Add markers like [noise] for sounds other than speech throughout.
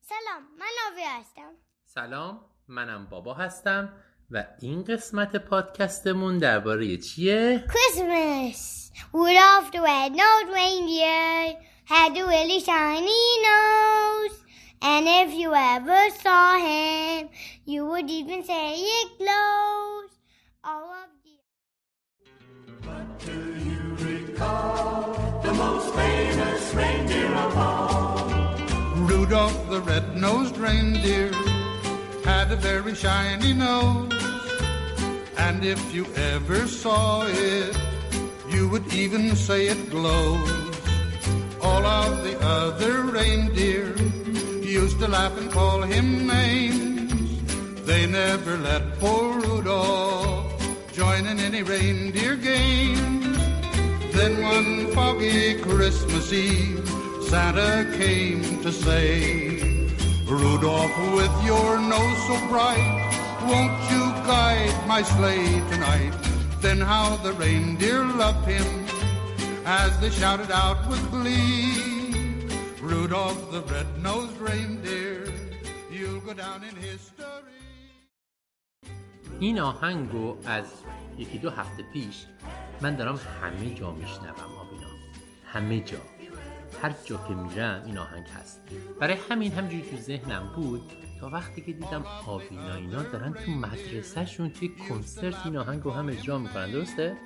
سلام من آبی هستم سلام منم بابا هستم و این قسمت پادکستمون درباره چیه؟ Christmas we love the red nosed reindeer had a really shiny nose and if you ever saw him you would even say it glows all of the Rudolph the red-nosed reindeer had a very shiny nose. And if you ever saw it, you would even say it glows. All of the other reindeer used to laugh and call him names. They never let poor Rudolph join in any reindeer games. Then one foggy Christmas Eve, Santa came to say, Rudolph, with your nose so bright, won't you guide my sleigh tonight? Then how the reindeer loved him as they shouted out with glee, Rudolph the red-nosed reindeer, you'll go down in history. این آهنگو از یکی دو هفته پیش من دارم همه جا میشنوم آبینا همه جا هر جا که میرم این آهنگ هست برای همین همجوری تو ذهنم بود تا وقتی که دیدم آبینا اینا دارن تو مدرسهشون توی کنسرت این آهنگ رو هم اجرا میکنن درسته؟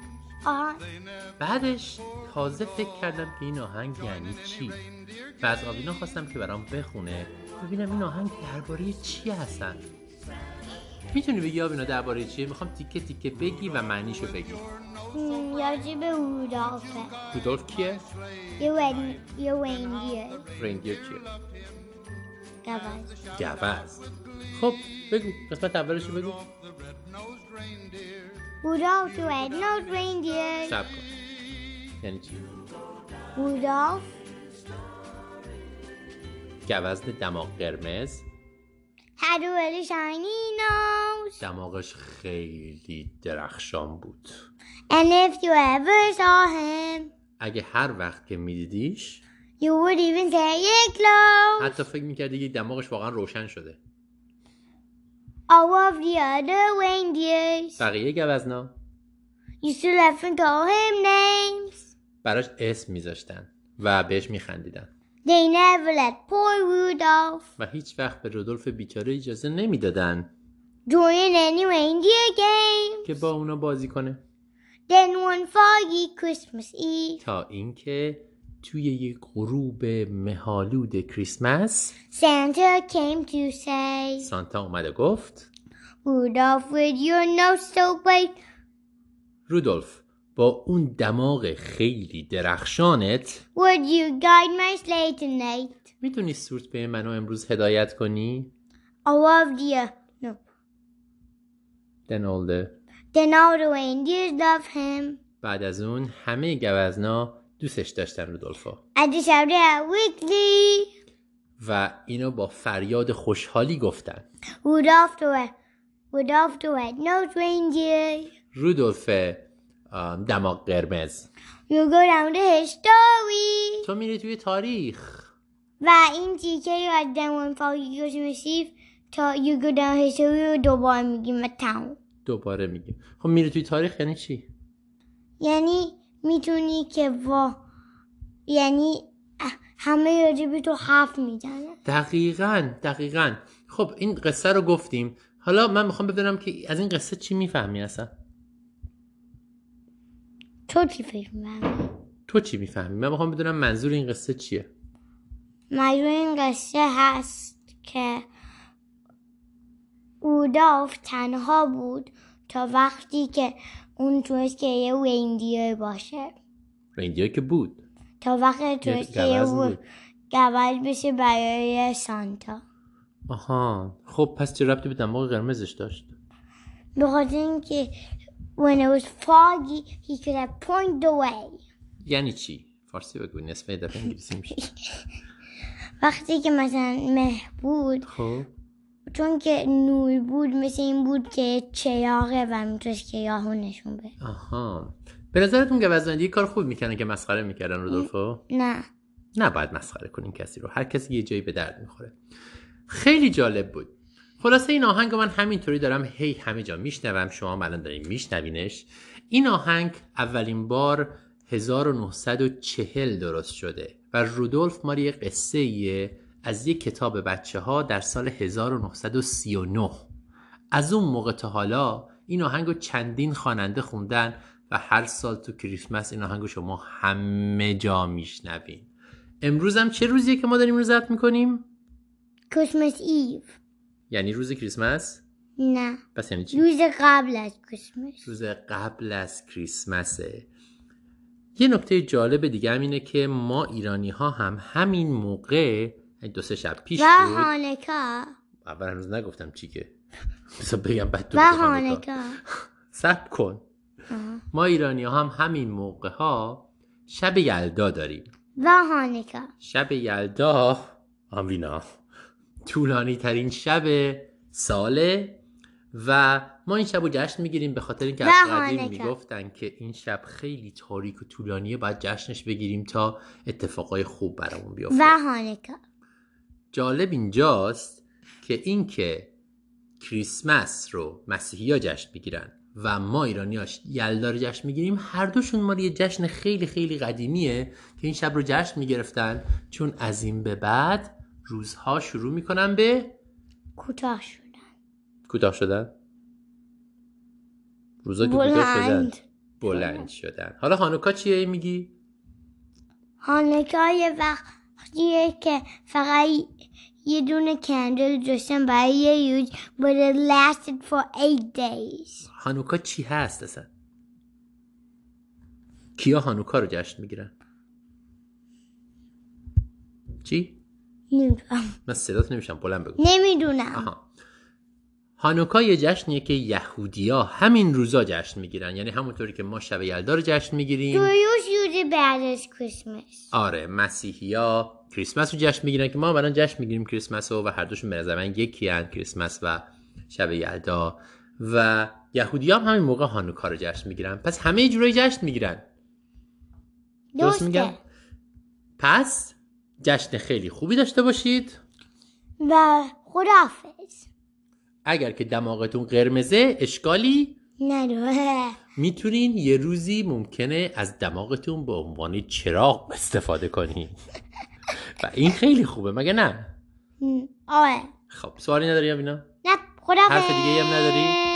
آه بعدش تازه فکر کردم که این آهنگ یعنی چی و از آبینا خواستم که برام بخونه ببینم این آهنگ درباره چی هستن میتونی بگی آبینا درباره چیه میخوام تیکه تیکه بگی و معنیشو بگی م، راجع به رودافه رودولف کیه یه ون- یه reindeer رنگیر کیه گوز گوز خب بگو قسمت اولشو بگو Rudolph the red-nosed reindeer شب کن یعنی چی Rudolph گوزن دماغ قرمز had a really shiny nose دماغش خیلی درخشان بود And if you ever saw him, اگه هر وقت که میدیدیش you would even say it glows. حتی فکر میکردی که دماغش واقعا روشن شده All of the other reindeers بقیه گوزنا used to laugh and call him names. براش اسم میذاشتن و بهش میخندیدن They never let poor Rudolph و هیچ وقت به رودولف بیچاره اجازه نمیدادن join in any reindeer game. که با اونا بازی کنه Then one foggy Christmas Eve, تا اینکه توی یک غروب مهالود کریسمس Santa came to say, سانتا اومد و گفت Rudolph, with your nose so bright, رودولف با اون دماغ خیلی درخشانت would you guide my sleigh tonight? میتونی سورت به منو امروز هدایت کنی؟ All of the uh, no. دنالده Then all the reindeers love him. بعد از اون همه گوزنا دوستش داشتن رودولفو I just shouted out weekly. و اینو با فریاد خوشحالی گفتن Rudolph the red, Rudolph the red nosed reindeer. رودولف آم، دماغ قرمز You go down to his story. تو میری توی تاریخ و این تیکه رو از دمون فاقی کریسمس ایف تا You go down his story رو دوباره میگیم و تموم. دوباره میگیم خب میری توی تاریخ یعنی چی؟ یعنی میتونی که وا یعنی اه، همه راجب تو حرف میزنن دقیقا دقیقا خب این قصه رو گفتیم حالا من میخوام بدونم که از این قصه چی میفهمی اصلا تو چی فکر میکنی؟ تو چی میفهمی من میخوام بدونم منظور این قصه چیه مجموع این قصه هست که رودولف تنها بود تا وقتی که اون تونست که یه ریندیر باشه رنگی که بود تا وقتی تونست که یه گوزن بود. گوز بشه برای سانتا آها خب پس چه ربطی به دماغ قرمزش داشت به خاطر اینکه when it was foggy he could have pointed away یعنی چی فارسی بگو نصف یه دفعه انگلیسی میشه وقتی که مثلا مه بود خب چون که نور بود مثل این بود که چراغه و میتونست که یاهو نشون بده آها به نظرتون گوزنده یه کار خوب میکنن که مسخره میکردن رودولفو نه نباید مسخره کنیم کسی رو هر کسی یه جایی به درد میخوره خیلی جالب بود خلاصه این آهنگ رو من همینطوری دارم هی همه جا میشنوم شما هم الان دارین میشنوینش این آهنگ اولین بار 1940 درست شده و رودولف ماری قصه از یک کتاب بچه ها در سال 1939 از اون موقع تا حالا این آهنگ رو چندین خواننده خوندن و هر سال تو کریسمس این آهنگ رو شما همه جا میشنوین امروز هم چه روزیه که ما داریم رو ضبط میکنیم؟ Christmas Eve. یعنی روز کریسمس؟ نه. پس یعنی چی؟ روز قبل از کریسمس. روز قبل از کریسمسه یه نکته جالب دیگه هم اینه که ما ایرانی ها هم همین موقع یعنی دو سه شب پیش و بود هانکا اول هنوز نگفتم چی که بذار بگم بعد و تو بگو هانکا هانوکا. صبر کن ما ایرانی ها هم همین موقع ها شب یلدا داریم و هانکا شب یلدا آمرینا طولانی ترین شب ساله و ما این شب رو جشن میگیریم به خاطر اینکه و از قدیم هانوکا. میگفتن که این شب خیلی تاریک و طولانیه باید جشنش بگیریم تا اتفاقای خوب برامون بیفته و هانکا جالب اینجاست که اینکه کریسمس رو مسیحی ها جشن میگیرن و ما ایرانی ها یلدا رو جشن میگیریم هر دوشون مال یه جشن خیلی خیلی قدیمیه که این شب رو جشن میگرفتن چون از این به بعد روزها شروع میکنن به کوتاه شدن کوتاه شدن روزا که کوتاه شدن بلند بلند شدن حالا هانوکا چیه میگی هانکا یه وقتیه که فقط یه دونه کندل داشتن برای یه یوز but it lasted for eight days هانوکا چی هست اصلا کیا هانوکا رو جشن میگیرن چی نمیدونم من صدات نمیشم بلند بگو نمیدونم آها هانوکا یه جشنیه که یهودیا همین روزا جشن میگیرن یعنی همونطوری که ما شب یلدا رو جشن Do میگیریم you use it bad as Christmas? آره مسیحیا کریسمس رو جشن میگیرن که ما هم الان جشن میگیریم کریسمس رو و هر دوشون به نظر من یکی هن کریسمس و شب یلدا و یهودی هم همین موقع هانوکا رو جشن میگیرن پس همه جورایی جشن میگیرن درست درسته. میگم پس جشن خیلی خوبی داشته باشید و خداحافظ اگر که دماغتون قرمزه اشکالی [laughs] نداره میتونین یه روزی ممکنه از دماغتون به عنوان چراغ استفاده کنین و این خیلی خوبه مگه نه آره خب سوالی نداری اینا نه خداحافظ حرف دیگه‌ای هم نداری؟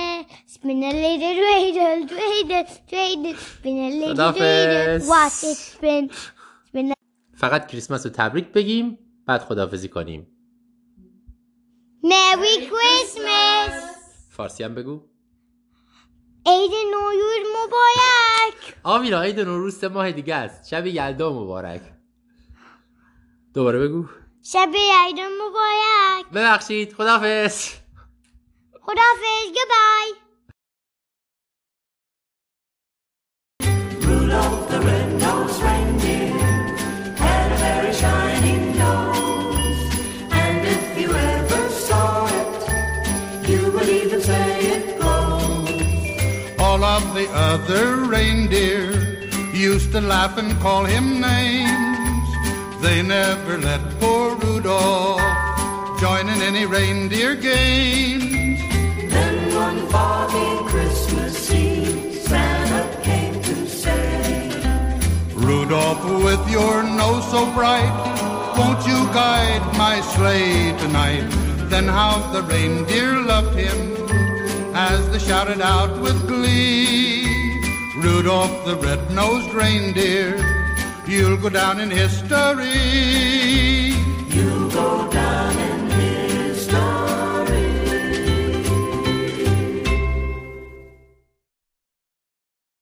Spin a little dreidel, dreidel, dreidel, spin a little dreidel, خداحافظ. watch it spin. Spin a- فقط کریسمس رو تبریک بگیم بعد خداحافظی کنیم Merry Christmas! فارسی هم بگو عید نوروز مبارک! آمینا عید نوروز سه ماه دیگه است شب یلدا مبارک دوباره بگو شب عید مبارک! ببخشید خداحافظ خداحافظ goodbye! And if you ever saw it, you would even say it glows. All of the other reindeer used to laugh and call him names. They never let poor Rudolph join in any reindeer games. Then one foggy Christmas Eve, Santa came to say, Rudolph, with your nose so bright, won't you guide my sleigh tonight? Then how the reindeer loved him as they shouted out with glee. Rudolph the red-nosed reindeer, you'll go down in history. You go down in